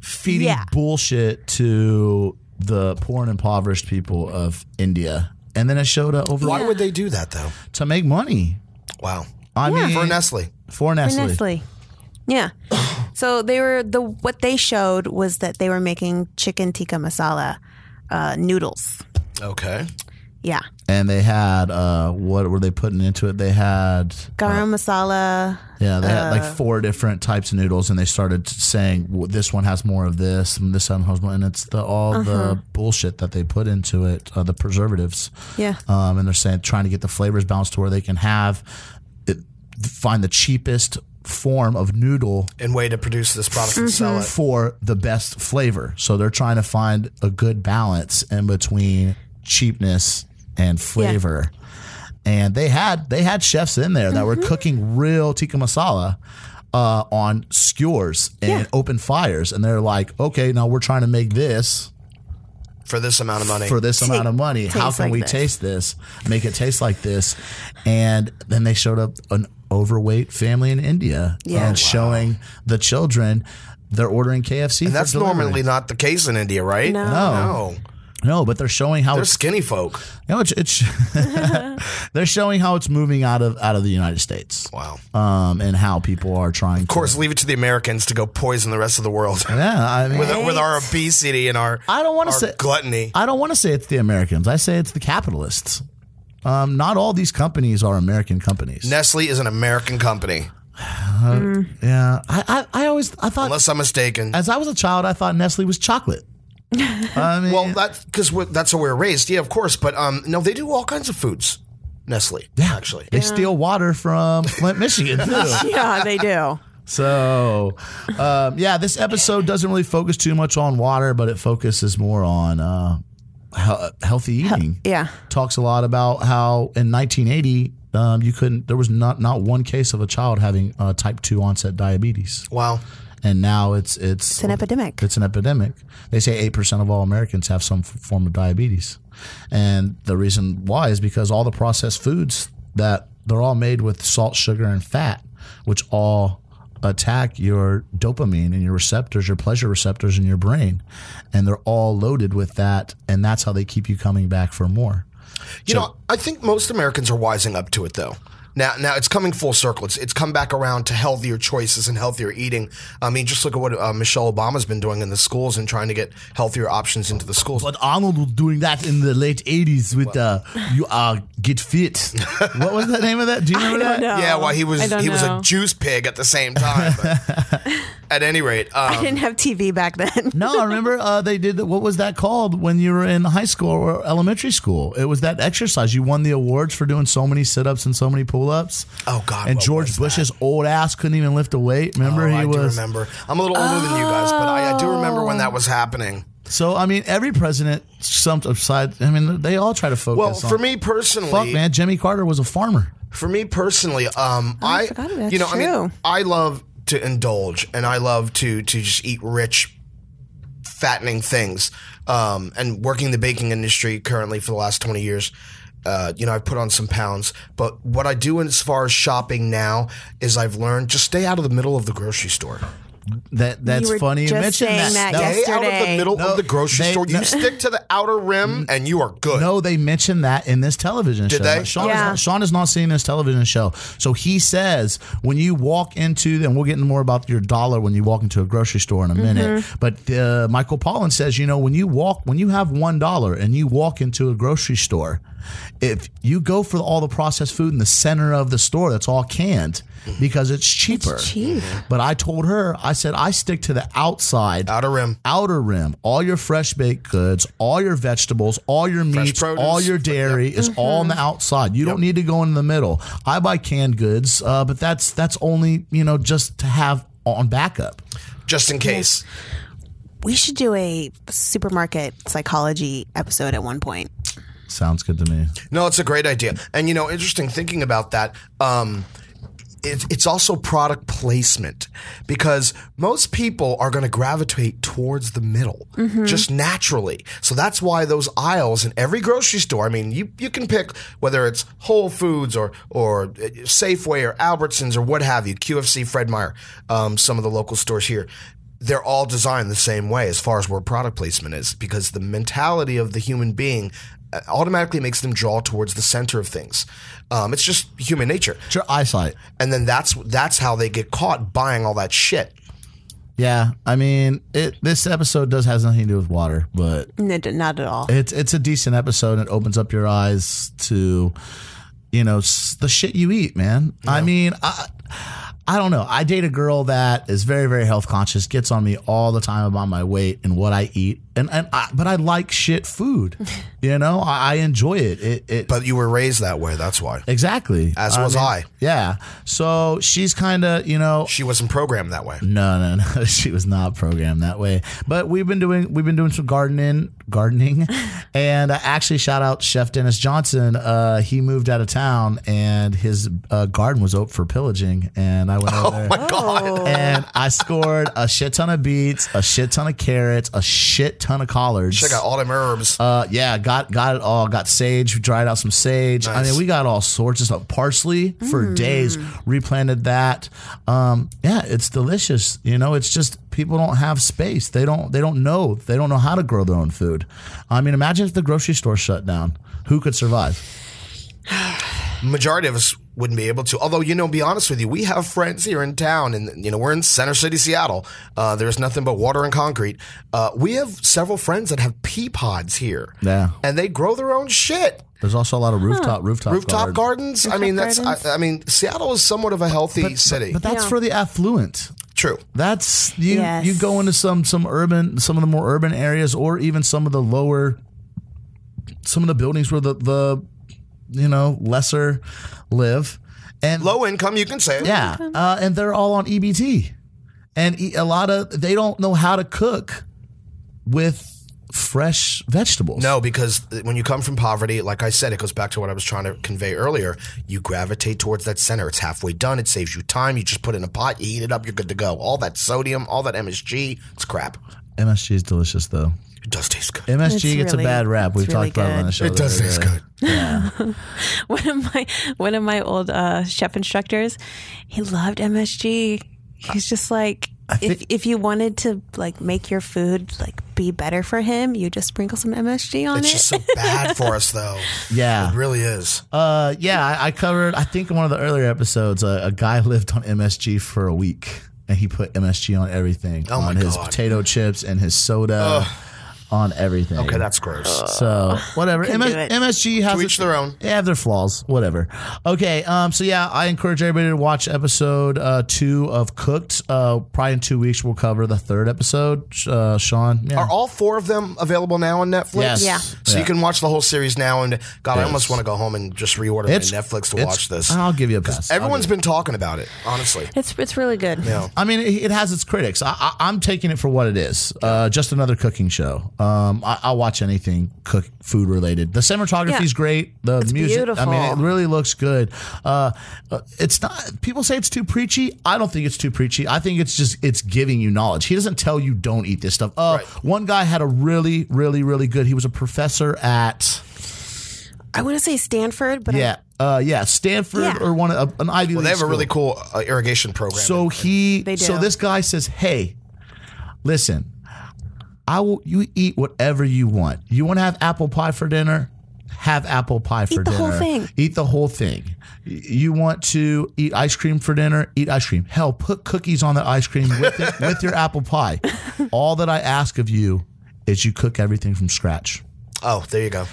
Speaker 1: feeding
Speaker 2: Yeah.
Speaker 1: bullshit to the poor and impoverished people of India. And then it showed up over
Speaker 3: Why would they do that though?
Speaker 1: to make money.
Speaker 3: Wow.
Speaker 1: I mean,
Speaker 3: For Nestle.
Speaker 1: for Nestle.
Speaker 2: Nestle. Yeah. So they were the what they showed was that they were making chicken tikka masala uh, noodles.
Speaker 3: Okay.
Speaker 2: Yeah.
Speaker 1: and they had uh, what were they putting into it? They had
Speaker 2: Garam masala.
Speaker 1: yeah, they had like four different types of noodles, and they started saying "Well, this one has more of this, and this one has more, and it's the all the bullshit that they put into it, uh, the preservatives.
Speaker 2: Yeah.
Speaker 1: um, and they're saying trying to get the flavors balanced to where they can have it, find the cheapest form of noodle
Speaker 3: And way to produce this product and sell
Speaker 1: Mm-hmm.
Speaker 3: it.
Speaker 1: for the best flavor. So they're trying to find a good balance in between cheapness and flavor. And they had they had chefs in there that were
Speaker 2: Mm-hmm.
Speaker 1: cooking real tikka masala uh, on skewers and open fires, and they're like, okay, now we're trying to make this
Speaker 3: for this amount of money.
Speaker 1: for this amount of money. How
Speaker 2: tastes
Speaker 1: can
Speaker 2: like
Speaker 1: we
Speaker 2: this."
Speaker 1: taste this? Make it taste like this? And then they showed up an overweight family in India
Speaker 2: Yeah.
Speaker 1: and
Speaker 2: Wow.
Speaker 1: showing the children they're ordering KFC.
Speaker 3: and that's
Speaker 1: for delivery.
Speaker 3: normally not the case in India, right?
Speaker 2: No.
Speaker 3: No.
Speaker 1: No, but they're showing how
Speaker 3: They're
Speaker 1: it's,
Speaker 3: skinny folk.
Speaker 1: you know, it's, it's they're showing how it's moving out of out of the United States,
Speaker 3: Wow. Of
Speaker 1: um, and how people are trying. Of
Speaker 3: course, leave it to the Americans to go poison the rest of the world
Speaker 1: yeah. I mean,
Speaker 3: with, with our obesity and our
Speaker 1: I don't want
Speaker 3: our
Speaker 1: to say
Speaker 3: gluttony.
Speaker 1: I don't want to say it's the Americans. I say it's the capitalists. Um, not all these companies are American companies.
Speaker 3: Nestle is an American company,
Speaker 1: yeah, I, I, I always I thought
Speaker 3: unless I'm mistaken.
Speaker 1: as I was a child, I thought Nestle was chocolate. I mean,
Speaker 3: Well, that's because that's how we were raised. Yeah, of course. But um, no, they do all kinds of foods. Nestle, actually.
Speaker 1: they steal water from Flint, Michigan. Too.
Speaker 2: Yeah, they do.
Speaker 1: So, um, yeah, this episode doesn't really focus too much on water, but it focuses more on uh, he- healthy eating.
Speaker 2: yeah.
Speaker 1: Talks a lot about how in 1980 um, you couldn't. There was not not one case of a child having uh, type two onset diabetes,
Speaker 3: Wow.
Speaker 1: and now it's it's
Speaker 2: It's an epidemic.
Speaker 1: it's an epidemic. They say 8% of all Americans have some f- form of diabetes. And the reason why is because all the processed foods that they're all made with salt, sugar, and fat, which all attack your dopamine and your receptors, your pleasure receptors in your brain. And they're all loaded with that. And that's how they keep you coming back for more.
Speaker 3: You know, I think most Americans are wising up to it though. Now, now it's coming full circle. It's it's come back around to healthier choices and healthier eating. I mean, just look at what uh, Michelle Obama's been doing in the schools and trying to get healthier options into the schools.
Speaker 1: But Arnold was doing that in the late 80s with uh, You Are Get Fit. what was the name of that? Do you remember that?
Speaker 3: yeah, well, he was
Speaker 2: I don't
Speaker 3: he was a
Speaker 2: know.
Speaker 3: juice pig at the same time. but at any rate,
Speaker 2: I
Speaker 3: um,
Speaker 2: didn't have TV back then.
Speaker 1: No, I remember uh, they did. What was that called when you were in high school or elementary school? It was that exercise. You won the awards for doing so many sit ups and so many pull ups.
Speaker 3: Oh, God,
Speaker 1: And
Speaker 3: what
Speaker 1: George
Speaker 3: was
Speaker 1: Bush's old ass couldn't even lift a weight. Remember
Speaker 3: oh,
Speaker 1: he
Speaker 3: I do
Speaker 1: was.
Speaker 3: remember. I'm a little older than you guys, but I, I do remember when that was happening.
Speaker 1: So I mean, every president, some aside, I mean, they all try to focus.
Speaker 3: Well,
Speaker 1: on-
Speaker 3: for me personally,
Speaker 1: fuck man, Jimmy Carter was a farmer.
Speaker 3: for me personally, um, I,
Speaker 2: Oh, forgot about-
Speaker 3: you know, I mean,
Speaker 2: true.
Speaker 3: I love to indulge and I love to to just eat rich, fattening things. Um, and working the baking industry currently for the last twenty years, uh, you know, I've put on some pounds. But what I do as far as shopping now is I've learned just stay out of the middle of the grocery store.
Speaker 1: That that's
Speaker 2: were
Speaker 1: funny.
Speaker 2: just
Speaker 1: you mentioned
Speaker 2: saying that
Speaker 1: No,
Speaker 2: yesterday.
Speaker 3: Stay out of the middle
Speaker 1: No,
Speaker 3: of the grocery
Speaker 1: they-
Speaker 3: store. You
Speaker 1: no. Mm.
Speaker 3: stick to the outer rim, and you are good.
Speaker 1: No, they mentioned that in this television show.
Speaker 3: they?
Speaker 1: Sean,
Speaker 2: Yeah.
Speaker 1: is not, Sean is not seeing this television show. So he says when you walk into, and we'll get into more about your dollar when you walk into a grocery store
Speaker 2: Mm-hmm.
Speaker 1: in a minute. But uh, Michael Pollan says, you know, when you walk, when you have one dollar and you walk into a grocery store, if you go for all the processed food in the center of the store, that's all canned because it's cheaper.
Speaker 2: cheap.
Speaker 1: But I told her, I said, I stick to the outside
Speaker 3: outer rim.
Speaker 1: outer rim, all your fresh baked goods, all your vegetables, all your meats,
Speaker 3: produce.
Speaker 1: all your dairy is all on the outside. You don't need to go in the middle. I buy canned goods, uh, but that's that's only you know just to have on backup.
Speaker 3: just in case.
Speaker 2: We should do a supermarket psychology episode at one point.
Speaker 1: Sounds good to me.
Speaker 3: No, it's a great idea. And you know, interesting thinking about that. Um, it, it's also product placement because most people are going to gravitate towards the middle just naturally. So that's why those aisles in every grocery store. I mean, you you can pick whether it's Whole Foods or or uh, Safeway or Albertsons or what have you, QFC, Fred Meyer, um, some of the local stores here. They're all designed the same way as far as where product placement is because the mentality of the human being uh, automatically makes them draw towards the center of things. Um, it's just human nature
Speaker 1: It's your eyesight.
Speaker 3: and then that's that's how they get caught buying all that shit.
Speaker 1: Yeah, I mean, it, this episode does has nothing to do with water, but
Speaker 2: No, d- not at all.
Speaker 1: it's it's a decent episode. and It opens up your eyes to, you know, s- the shit you eat, man. I mean, I I don't know. I date a girl that is very very health conscious, gets on me all the time about my weight and what I eat, and and I, but I like shit food. you know, I, I enjoy it. It it
Speaker 3: But you were raised that way, that's why.
Speaker 1: exactly
Speaker 3: As was I.
Speaker 1: Yeah. So she's kind of you know
Speaker 3: She wasn't programmed that way.
Speaker 1: no, no, no. She was not programmed that way. But we've been doing we've been doing some gardening, gardening, and uh, actually shout out Chef Dennis Johnson. Uh, he moved out of town, and his uh, garden was up for pillaging, and I went over there.
Speaker 3: Oh My God.
Speaker 1: and I scored a shit ton of beets, a shit ton of carrots, a shit ton of collards.
Speaker 3: Check out all them herbs.
Speaker 1: Uh, yeah, got got it all. Got sage, we dried out some sage. I mean, we got all sorts of stuff. Parsley for days. Replanted that. Um, yeah, it's delicious. You know, it's just people don't have space. They don't. They don't know. They don't know how to grow their own food. I mean, imagine if the grocery store shut down. Who could survive?
Speaker 3: Majority of us wouldn't be able to. Although, you know, be honest with you, we have friends here in town, and you know, we're in Center City, Seattle. Uh, there's nothing but water and concrete. Uh, we have several friends that have pea pods here.
Speaker 1: Yeah.
Speaker 3: And they grow their own shit.
Speaker 1: There's also a lot of rooftop rooftop
Speaker 3: Rooftop
Speaker 1: garden.
Speaker 3: gardens. I mean, that's. I, I mean, Seattle is somewhat of a healthy city.
Speaker 1: But that's
Speaker 2: Yeah.
Speaker 1: for the affluent.
Speaker 3: True.
Speaker 1: That's you.
Speaker 2: Yes.
Speaker 1: You go into some some urban, some of the more urban areas, or even some of the lower, some of the buildings where the the you know lesser live, and
Speaker 3: Low income, you can say it.
Speaker 1: yeah, uh, and they're all on EBT, and e- a lot of they don't know how to cook with fresh vegetables.
Speaker 3: No, because th- when you come from poverty, like I said, it goes back to what I was trying to convey earlier. You gravitate towards that center. It's halfway done. It saves you time. You just put it in a pot, you heat it up, you're good to go. All that sodium, all that MSG, it's crap.
Speaker 1: MSG is delicious though.
Speaker 3: It does taste good.
Speaker 1: MSG
Speaker 2: It's
Speaker 1: gets
Speaker 2: really-
Speaker 1: a bad rap.
Speaker 2: it's
Speaker 1: We've
Speaker 2: really
Speaker 1: talked about it on
Speaker 2: good.
Speaker 1: the show.
Speaker 3: It does
Speaker 1: the other
Speaker 3: taste
Speaker 1: day.
Speaker 3: good.
Speaker 2: one of my one of my old uh, chef instructors, he loved MSG. He's just like if if you wanted to like make your food like be better for him, you just sprinkle some MSG on
Speaker 3: It's
Speaker 2: it.
Speaker 3: just so bad for us, though.
Speaker 1: Yeah.
Speaker 3: It really is.
Speaker 1: Uh, yeah, I, I covered. I think in one of the earlier episodes, a, a guy lived on MSG for a week, and he put MSG on everything.
Speaker 3: Oh my
Speaker 1: on his
Speaker 3: God.
Speaker 1: potato chips and his soda, on everything.
Speaker 3: Okay, that's gross.
Speaker 1: so whatever. MS,
Speaker 2: do it.
Speaker 1: MSG has
Speaker 3: To each
Speaker 1: its-
Speaker 3: their own.
Speaker 1: They have their flaws, whatever. Okay, um, so yeah, I encourage everybody to watch episode uh, two of Cooked. Uh, probably in two weeks we'll cover the third episode. Uh, Sean, yeah.
Speaker 3: Are all four of them available now on Netflix?
Speaker 1: yes,
Speaker 2: Yeah.
Speaker 3: So you can watch the whole series now. And God, I
Speaker 1: Yes.
Speaker 3: almost want to go home and just reorder my
Speaker 1: It's-
Speaker 3: Netflix to
Speaker 1: it's-
Speaker 3: watch this.
Speaker 1: I'll give you a pass. I'll
Speaker 3: Everyone's been talking about it, honestly.
Speaker 2: It's it's really good.
Speaker 3: Yeah.
Speaker 1: I mean, it, it has its critics. I, I, I'm taking it for what it is. Uh, just another cooking show. Um, I, I'll watch anything cook food related. The cinematography is
Speaker 2: Yeah.
Speaker 1: great. The music. I mean, it
Speaker 2: beautiful.
Speaker 1: really looks good. Uh, uh, it's not. People say it's too preachy. I don't think it's too preachy. I think it's just it's giving you knowledge. He doesn't tell you don't eat this stuff. Uh, One guy had a really, really, really good. He was a professor at
Speaker 2: I want to say Stanford, but
Speaker 1: yeah, uh, yeah, Stanford
Speaker 2: Yeah.
Speaker 1: or one of an Ivy
Speaker 3: Well,
Speaker 1: League.
Speaker 3: they have a
Speaker 1: school.
Speaker 3: really cool uh, irrigation program.
Speaker 1: So he,
Speaker 2: They
Speaker 1: so
Speaker 2: do.
Speaker 1: this guy says, "Hey, listen, I will. You eat whatever you want. You want to have apple pie for dinner? Have apple pie for
Speaker 2: the
Speaker 1: dinner.
Speaker 2: whole thing.
Speaker 1: Eat the whole thing. Y- You want to eat ice cream for dinner? Eat ice cream. Hell, put cookies on that ice cream with it, with your apple pie. All that I ask of you is you cook everything from scratch."
Speaker 3: oh, there you go.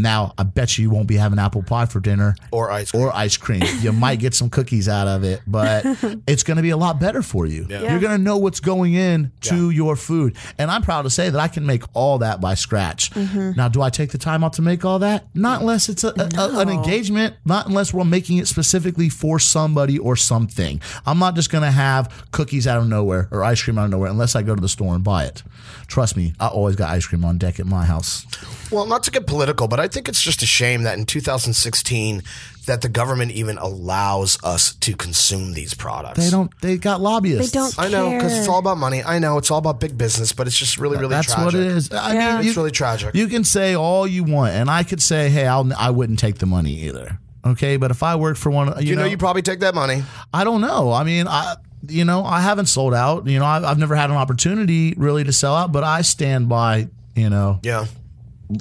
Speaker 1: Now, I bet you you won't be having apple pie for dinner
Speaker 3: Or ice cream.
Speaker 1: or ice cream. You might get some cookies out of it, but it's going to be a lot better for you.
Speaker 2: Yeah.
Speaker 1: You're going to know what's going in to your food. And I'm proud to say that I can make all that by scratch. Now, do I take the time out to make all that? Not unless it's a, a- a- an engagement, not unless we're making it specifically for somebody or something. I'm not just going to have cookies out of nowhere or ice cream out of nowhere unless I go to the store and buy it. Trust me, I always got ice cream on deck at my house.
Speaker 3: Well, not to get political, but I think it's just a shame that in 2016 that the government even allows us to consume these products.
Speaker 1: They don't, they got lobbyists.
Speaker 2: don't
Speaker 3: I know because it's
Speaker 2: care.
Speaker 3: all about money. I know it's all about big business, but it's just really, really
Speaker 1: That's
Speaker 3: tragic.
Speaker 1: what it is. I
Speaker 2: Yeah.
Speaker 1: mean,
Speaker 3: It's
Speaker 1: you-
Speaker 3: really tragic.
Speaker 1: You can say all you want, and I could say, "Hey, I'll, I wouldn't take the money either." Okay, but if I work for one, you,
Speaker 3: you
Speaker 1: know,
Speaker 3: know, you probably take that money.
Speaker 1: I don't know. I mean, I you know, I haven't sold out. You know, I've, I've never had an opportunity really to sell out, but I stand by you know
Speaker 3: Yeah.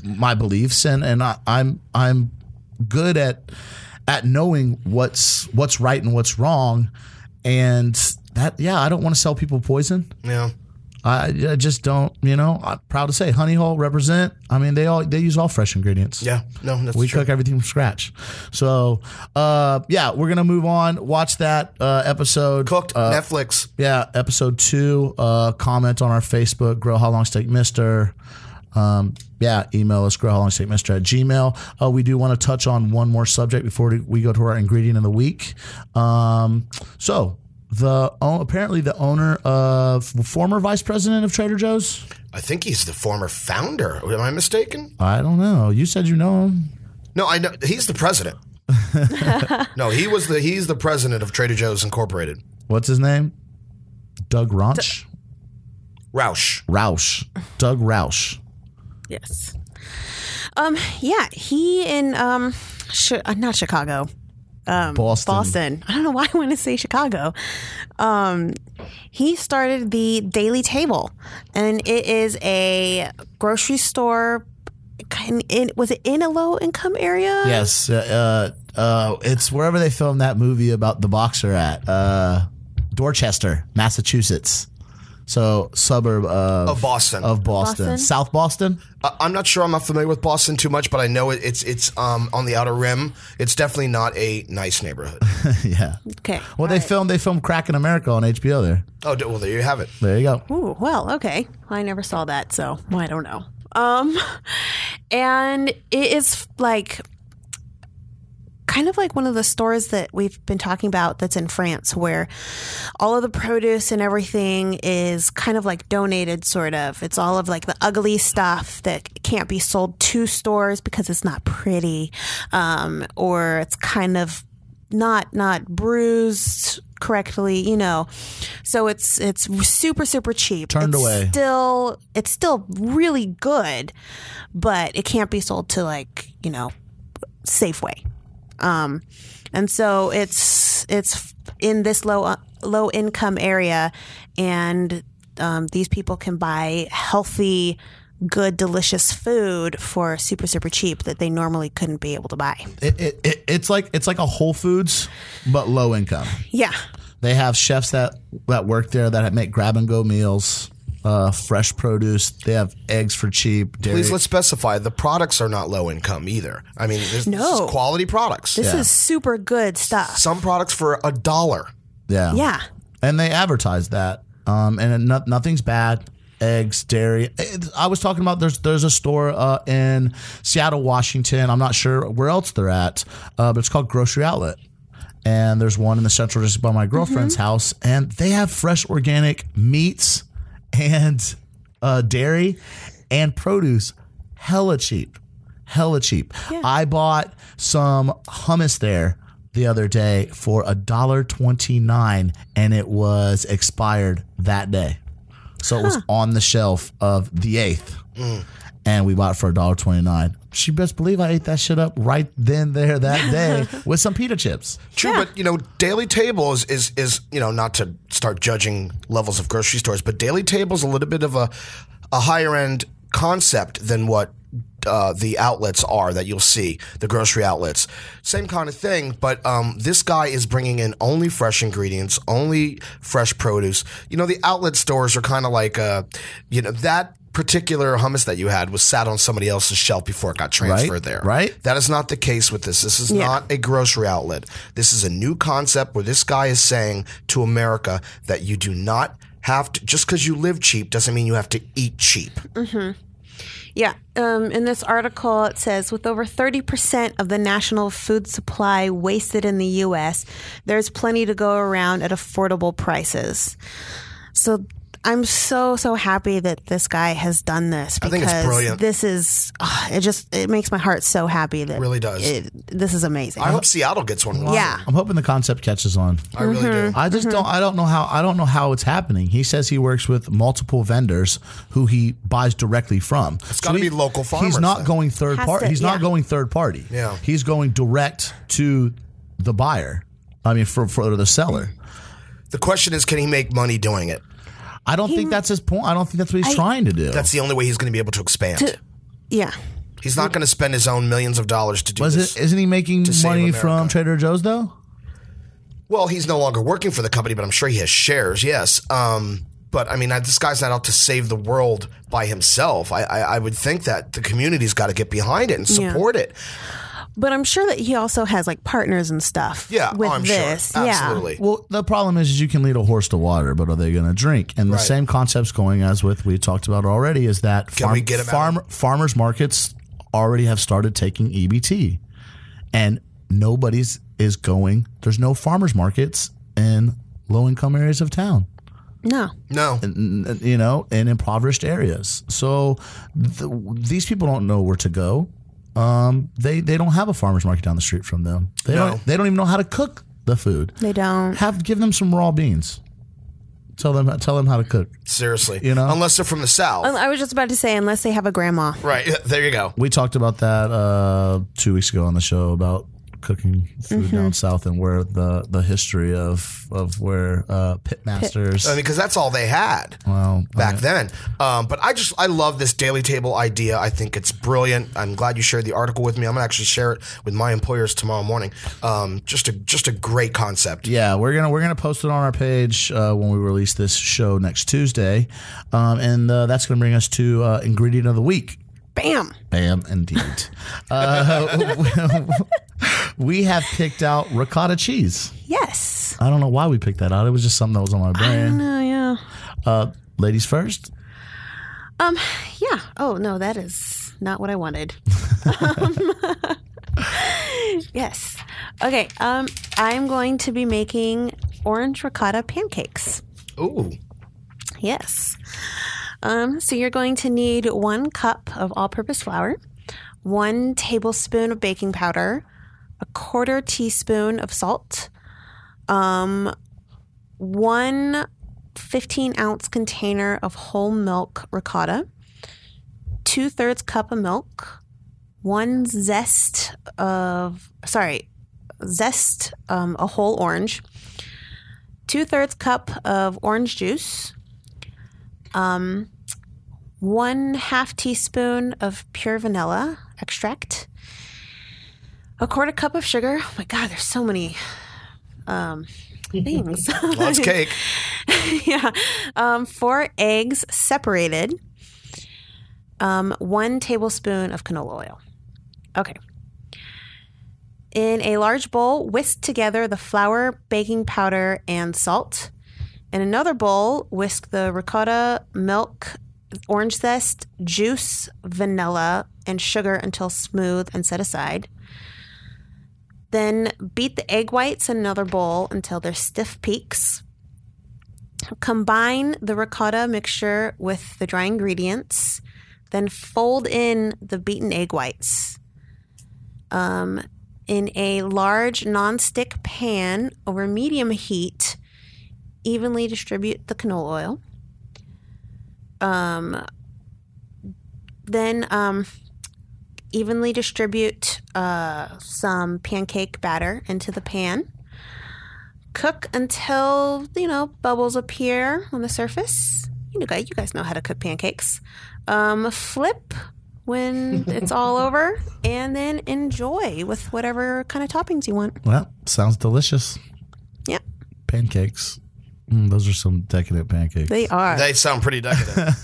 Speaker 1: my beliefs, and and I, I'm I'm good at at knowing what's what's right and what's wrong, and that yeah, I don't want to sell people poison.
Speaker 3: Yeah.
Speaker 1: I, I just don't, you know. I'm proud to say, Honey Hole represent. I mean, they all they use all fresh ingredients.
Speaker 3: Yeah. No, that's
Speaker 1: We
Speaker 3: true.
Speaker 1: cook everything from scratch. So, uh, yeah, we're gonna move on. Watch that uh, episode.
Speaker 3: Cooked
Speaker 1: Uh,
Speaker 3: Netflix.
Speaker 1: yeah, episode two. Uh, comment on our Facebook. Grow how long steak mister. Um, yeah, email us grow how long steak mister at gmail. Uh, we do want to touch on one more subject before we go to our ingredient of the week. Um, so. The o- apparently the owner of former vice president of Trader Joe's.
Speaker 3: I think he's the former founder. Am I mistaken?
Speaker 1: I don't know. You said you know him.
Speaker 3: No, I know he's the president. no, he was the he's the president of Trader Joe's Incorporated.
Speaker 1: What's his name? Doug Ronch.
Speaker 3: Roush.
Speaker 1: Roush. Doug Roush.
Speaker 2: Yes. Um. Yeah. He in um, chi- uh, not Chicago, Um,
Speaker 1: Boston.
Speaker 2: Boston. I don't know why I want to say Chicago. Um, he started the Daily Table, and it is a grocery store. Kind in was it in a low income area?
Speaker 1: Yes. Uh, uh, uh, it's wherever they filmed that movie about the boxer at uh, Dorchester, Massachusetts. So suburb of
Speaker 3: Of Boston.
Speaker 1: of Boston.
Speaker 2: Boston?
Speaker 1: South Boston.
Speaker 3: I- I'm not sure. I'm not familiar with Boston too much, but I know it, it's it's um, on the outer rim. It's definitely not a nice neighborhood.
Speaker 1: yeah.
Speaker 2: Okay.
Speaker 1: Well, they filmed they filmed Crack in America on HBO there.
Speaker 3: oh, d- well, there you have it.
Speaker 1: There you go.
Speaker 2: Ooh, well, okay. I never saw that, so well, I don't know. Um, and it is like ki- kind of like one of the stores that we've been talking about that's in France, where all of the produce and everything is kind of like donated, sort of. It's all of like the ugly stuff that can't be sold to stores because it's not pretty, um, or it's kind of not not bruised correctly, you know. So it's it's super super cheap.
Speaker 1: Turned
Speaker 2: It's
Speaker 1: away.
Speaker 2: Still, it's still really good, but it can't be sold to like you know Safeway. Um, and so it's it's in this low low income area, and um, these people can buy healthy. Good, delicious food for super, super cheap that they normally couldn't be able to buy.
Speaker 1: It, it, it, it's like it's like a Whole Foods, but low income.
Speaker 2: Yeah.
Speaker 1: They have chefs that that work there that make grab and go meals, uh, fresh produce. They have eggs for cheap. Dairy.
Speaker 3: Please let's specify the products are not low income either. I mean, there's this
Speaker 2: No.
Speaker 3: is quality products.
Speaker 2: This is super good stuff.
Speaker 3: Some products for a dollar.
Speaker 1: yeah,
Speaker 2: Yeah.
Speaker 1: and they advertise that. Um, and it, no, nothing's bad. Eggs, dairy. It- I was talking about there's there's a store uh, in Seattle, Washington. I'm not sure where else they're at, uh, but it's called Grocery Outlet. And there's one in the central district by my girlfriend's house, and they have fresh organic meats and uh, dairy and produce, hella cheap, hella cheap. I bought some hummus there the other day for a dollar twenty nine, and it was expired that day, so it was on the shelf of the eighth, and we bought it for a dollar twenty nine. She best believe I ate that shit up right then there that day with some pita chips.
Speaker 3: True,
Speaker 2: Yeah.
Speaker 3: but you know, Daily Table is, is is you know not to start judging levels of grocery stores, but Daily Table's a little bit of a a higher end concept than what uh, the outlets are that you'll see the grocery outlets. Same kind of thing, but um, this guy is bringing in only fresh ingredients, only fresh produce. You know, the outlet stores are kind of like uh, you know that. Particular hummus that you had was sat on somebody else's shelf before it got transferred there.
Speaker 1: right.
Speaker 3: That is not the case with this. This is not a grocery outlet. This is a new concept where this guy is saying to America that you do not have to, just because you live cheap doesn't mean you have to eat cheap.
Speaker 2: Yeah. Um, in this article, it says with over 30% of the national food supply wasted in the U.S., there's plenty to go around at affordable prices. So I'm so, so happy that this guy has done this because
Speaker 3: think it's brilliant.
Speaker 2: this is, ah, it just, it makes my heart so happy that it
Speaker 3: really does.
Speaker 2: It, this is amazing.
Speaker 3: I hope Seattle gets one.
Speaker 2: yeah.
Speaker 1: I'm hoping the concept catches on.
Speaker 3: I really do.
Speaker 1: I
Speaker 2: Mm-hmm.
Speaker 1: just don't. I don't know how. I don't know how it's happening. He says he works with multiple vendors who he buys directly from. It's
Speaker 3: gotta be local farmers
Speaker 1: He's not
Speaker 3: then.
Speaker 1: going third
Speaker 2: Has
Speaker 1: party.
Speaker 2: to-
Speaker 1: he's not
Speaker 2: yeah.
Speaker 1: going third party.
Speaker 3: Yeah.
Speaker 1: he's going direct to the buyer. I mean, for for the seller.
Speaker 3: The question is, can he make money doing it?
Speaker 1: I don't think that's his point. I don't think that's what he's trying to do.
Speaker 3: That's the only way he's going to be able to expand.
Speaker 2: Yeah.
Speaker 3: he's not going to spend his own millions of dollars to do
Speaker 1: Was
Speaker 3: this.
Speaker 1: it? Isn't he making
Speaker 3: save
Speaker 1: money from
Speaker 3: America.
Speaker 1: Trader Joe's though?
Speaker 3: Well, he's no longer working for the company, but I'm sure he has shares. Yes. Um, but I mean, I, this guy's not out to save the world by himself. I, I, I would think that the community's got to get behind it and
Speaker 2: Yeah.
Speaker 3: support it.
Speaker 2: But I'm sure that he also has like partners and stuff
Speaker 3: Yeah, oh,
Speaker 2: with
Speaker 3: I'm
Speaker 2: this.
Speaker 3: sure.
Speaker 2: Yeah.
Speaker 3: Absolutely.
Speaker 1: Well, the problem is, is you can lead a horse to water, but are they going to drink? And the
Speaker 3: Right.
Speaker 1: same concept's going as with we talked about already is that farm,
Speaker 3: we get 'em out?
Speaker 1: farm farmers markets already have started taking EBT, and nobody's is going. There's no farmers markets in low income areas of town
Speaker 2: No.
Speaker 3: No.
Speaker 1: n- you know, in impoverished areas. So th- these people don't know where to go. Um, they they don't have a farmers market down the street from them. They
Speaker 3: No.
Speaker 1: don't. They don't even know how to cook the food.
Speaker 2: They don't.
Speaker 1: Have give them some raw beans. Tell them tell them how to cook.
Speaker 3: Seriously,
Speaker 1: You know?
Speaker 3: unless they're from the south,
Speaker 2: Um, I was just about to say, unless they have a grandma.
Speaker 3: right? yeah, There you go.
Speaker 1: We talked about that uh, two weeks ago on the show about cooking food down south and where the, the history of of where uh, pit masters.
Speaker 3: I mean, because that's all they had
Speaker 1: well, uh,
Speaker 3: back then. Um, but I just I love this daily table idea. I think it's brilliant. I'm glad you shared the article with me. I'm gonna actually share it with my employers tomorrow morning. Um, just a just a great concept.
Speaker 1: yeah we're gonna we're gonna post it on our page uh, when we release this show next tuesday um, and uh, that's gonna bring us to uh, ingredient of the week
Speaker 2: Bam.
Speaker 1: bam indeed uh, we have picked out ricotta cheese
Speaker 2: Yes.
Speaker 1: i don't know why we picked that out it was just something that was on my brain
Speaker 2: Oh yeah.
Speaker 1: uh, ladies first
Speaker 2: Um. Yeah. Oh no, that is not what I wanted. um, yes. Okay. Um, I'm going to be making orange ricotta pancakes.
Speaker 3: Ooh.
Speaker 2: Yes. Um, so you're going to need one cup of all purpose flour, one tablespoon of baking powder, a quarter teaspoon of salt, um, one 15 ounce container of whole milk ricotta, two thirds cup of milk, one zest of, sorry, zest, um, a whole orange, two thirds cup of orange juice, um, one half teaspoon of pure vanilla extract, a quarter cup of sugar. Oh my God, there's so many um, things.
Speaker 3: Lots of cake.
Speaker 2: yeah. Um, four eggs separated, um, one tablespoon of canola oil. Okay. In a large bowl, whisk together the flour, baking powder, and salt. In another bowl, whisk the ricotta, milk, orange zest, juice, vanilla, and sugar until smooth and set aside. Then beat the egg whites in another bowl until they're stiff peaks. Combine the ricotta mixture with the dry ingredients, then fold in the beaten egg whites. Um, in a large nonstick pan over medium heat, evenly distribute the canola oil. Um, then um, evenly distribute uh, some pancake batter into the pan. Cook until you know bubbles appear on the surface. You know, guys, you guys know how to cook pancakes. Um, flip when it's all over, and then enjoy with whatever kind of toppings you want.
Speaker 1: Well, sounds delicious.
Speaker 2: Yep,
Speaker 1: Pancakes. Mm, those are some decadent pancakes.
Speaker 2: they are.
Speaker 3: They sound pretty decadent.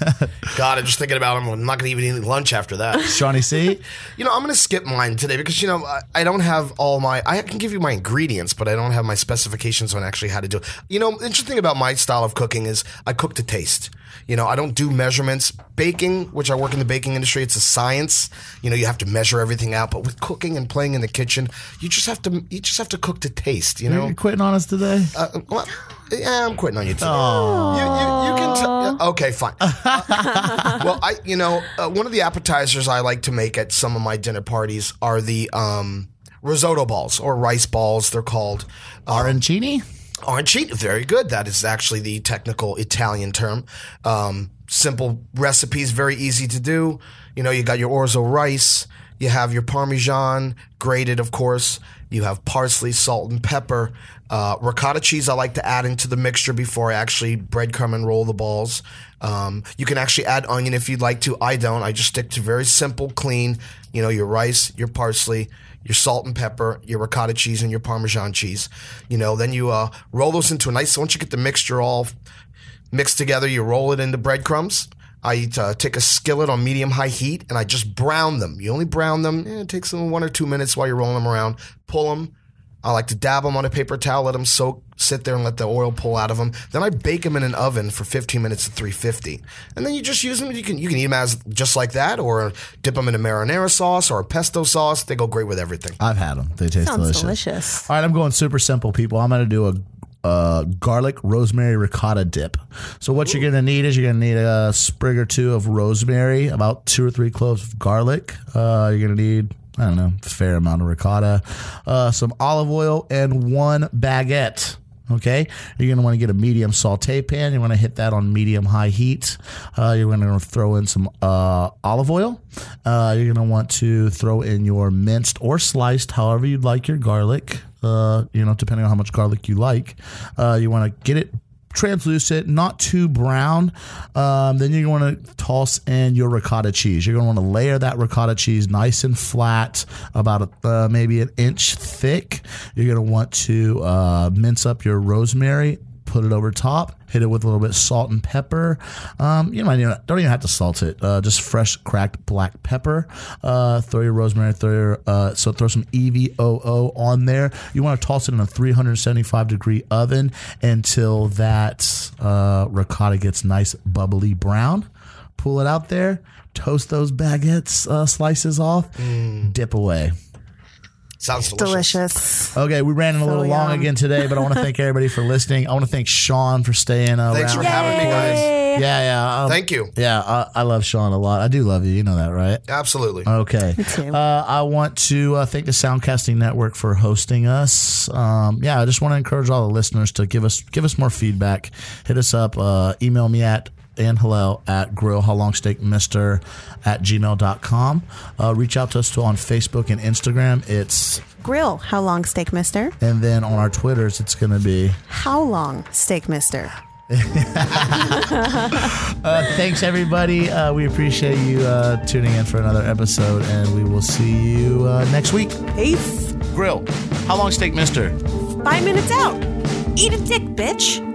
Speaker 3: God, I'm just thinking about them. I'm not going to even eat lunch after that.
Speaker 1: Shawnee C.
Speaker 3: You know, I'm going to skip mine today because, you know, I, I don't have all my. I can give you my ingredients, but I don't have my specifications on actually how to do it. You know, interesting about my style of cooking is I cook to taste. You know, I don't do measurements. Baking, which I work in the baking industry, it's a science. You know, you have to measure everything out. But with cooking and playing in the kitchen, you just have to you just have to cook to taste. You know,
Speaker 1: You're quitting on us today.
Speaker 3: Uh, well, yeah, I'm quitting on you too. You, you, you can tell. yeah, Okay, fine. Uh, well, I, you know, uh, one of the appetizers I like to make at some of my dinner parties are the um, risotto balls or rice balls. They're called uh,
Speaker 1: Arancini.
Speaker 3: arancini. Very good. That is actually the technical Italian term. Um, simple recipes, very easy to do. You know, you got your orzo rice. You have your Parmesan, grated, of course. You have parsley, salt, and pepper. Uh, ricotta cheese, I like to add into the mixture before I actually breadcrumb and roll the balls. Um, you can actually add onion if you'd like to. I don't. I just stick to very simple, clean, you know, your rice, your parsley, your salt and pepper, your ricotta cheese, and your Parmesan cheese. You know, then you uh, roll those into a nice, once you get the mixture all mixed together. You roll it into breadcrumbs. I uh, take a skillet on medium high heat and I just brown them. You only brown them. Eh, it takes them one or two minutes while you're rolling them around. Pull them. I like to dab them on a paper towel, let them soak, sit there, and let the oil pull out of them. Then I bake them in an oven for 15 minutes at 350, and then you just use them. You can you can eat them as just like that, or dip them in a marinara sauce or a pesto sauce. They go great with everything.
Speaker 1: I've had them. They taste
Speaker 2: Sounds
Speaker 1: delicious.
Speaker 2: delicious.
Speaker 1: All right, I'm going super simple, people. I'm going to do a uh, garlic rosemary ricotta dip. So what you're going to need is you're going to need a sprig or two of rosemary, about two or three cloves of garlic. Uh, you're going to need I don't know, fair amount of ricotta, uh, some olive oil, and one baguette. Okay, you're gonna want to get a medium saute pan. You want to hit that on medium high heat. Uh, you're gonna throw in some uh, olive oil. Uh, you're gonna want to throw in your minced or sliced, however you'd like your garlic. Uh, you know, depending on how much garlic you like. Uh, you want to get it translucent, not too brown. Um, then you're going to toss in your ricotta cheese. You're going to want to layer that ricotta cheese nice and flat, about a, uh, maybe an inch thick. You're going to want to uh, mince up your rosemary. Put it over top, hit it with a little bit of salt and pepper. Um, you might even, don't even have to salt it. Uh, just fresh cracked black pepper. Uh, throw your rosemary. Throw your uh, so throw some EVOO on there. You want to toss it in a 375 degree oven until that uh, ricotta gets nice bubbly brown. Pull it out
Speaker 3: Mm.
Speaker 1: there. Toast those baguettes uh, slices off. Dip away.
Speaker 3: Sounds delicious.
Speaker 2: Delicious.
Speaker 1: Okay, we ran a little long
Speaker 2: yum.
Speaker 1: again today, but I want to thank everybody for listening. I want to thank Sean for staying uh,
Speaker 3: Thanks
Speaker 1: around.
Speaker 3: for having me, guys.
Speaker 1: yeah, yeah. um,
Speaker 3: Thank you.
Speaker 1: Yeah, I, I love Sean a lot. I do love you. You know that, right?
Speaker 3: Absolutely.
Speaker 1: Okay.
Speaker 2: too.
Speaker 1: Uh, I want to uh, thank the Soundcasting Network for hosting us. Um, yeah, I just want to encourage all the listeners to give us give us more feedback. Hit us up. Uh, email me at and hello at grill how long steak mister at gmail.com uh, reach out to us on facebook and instagram it's
Speaker 2: Grill. How long steak, mister?
Speaker 1: and then on our twitters it's gonna be
Speaker 2: How long steak, mister?
Speaker 1: uh, thanks everybody uh, we appreciate you uh, tuning in for another episode and we will see you uh, next week
Speaker 2: Peace.
Speaker 1: grill how long steak mister
Speaker 2: Five minutes out. Eat a dick, bitch.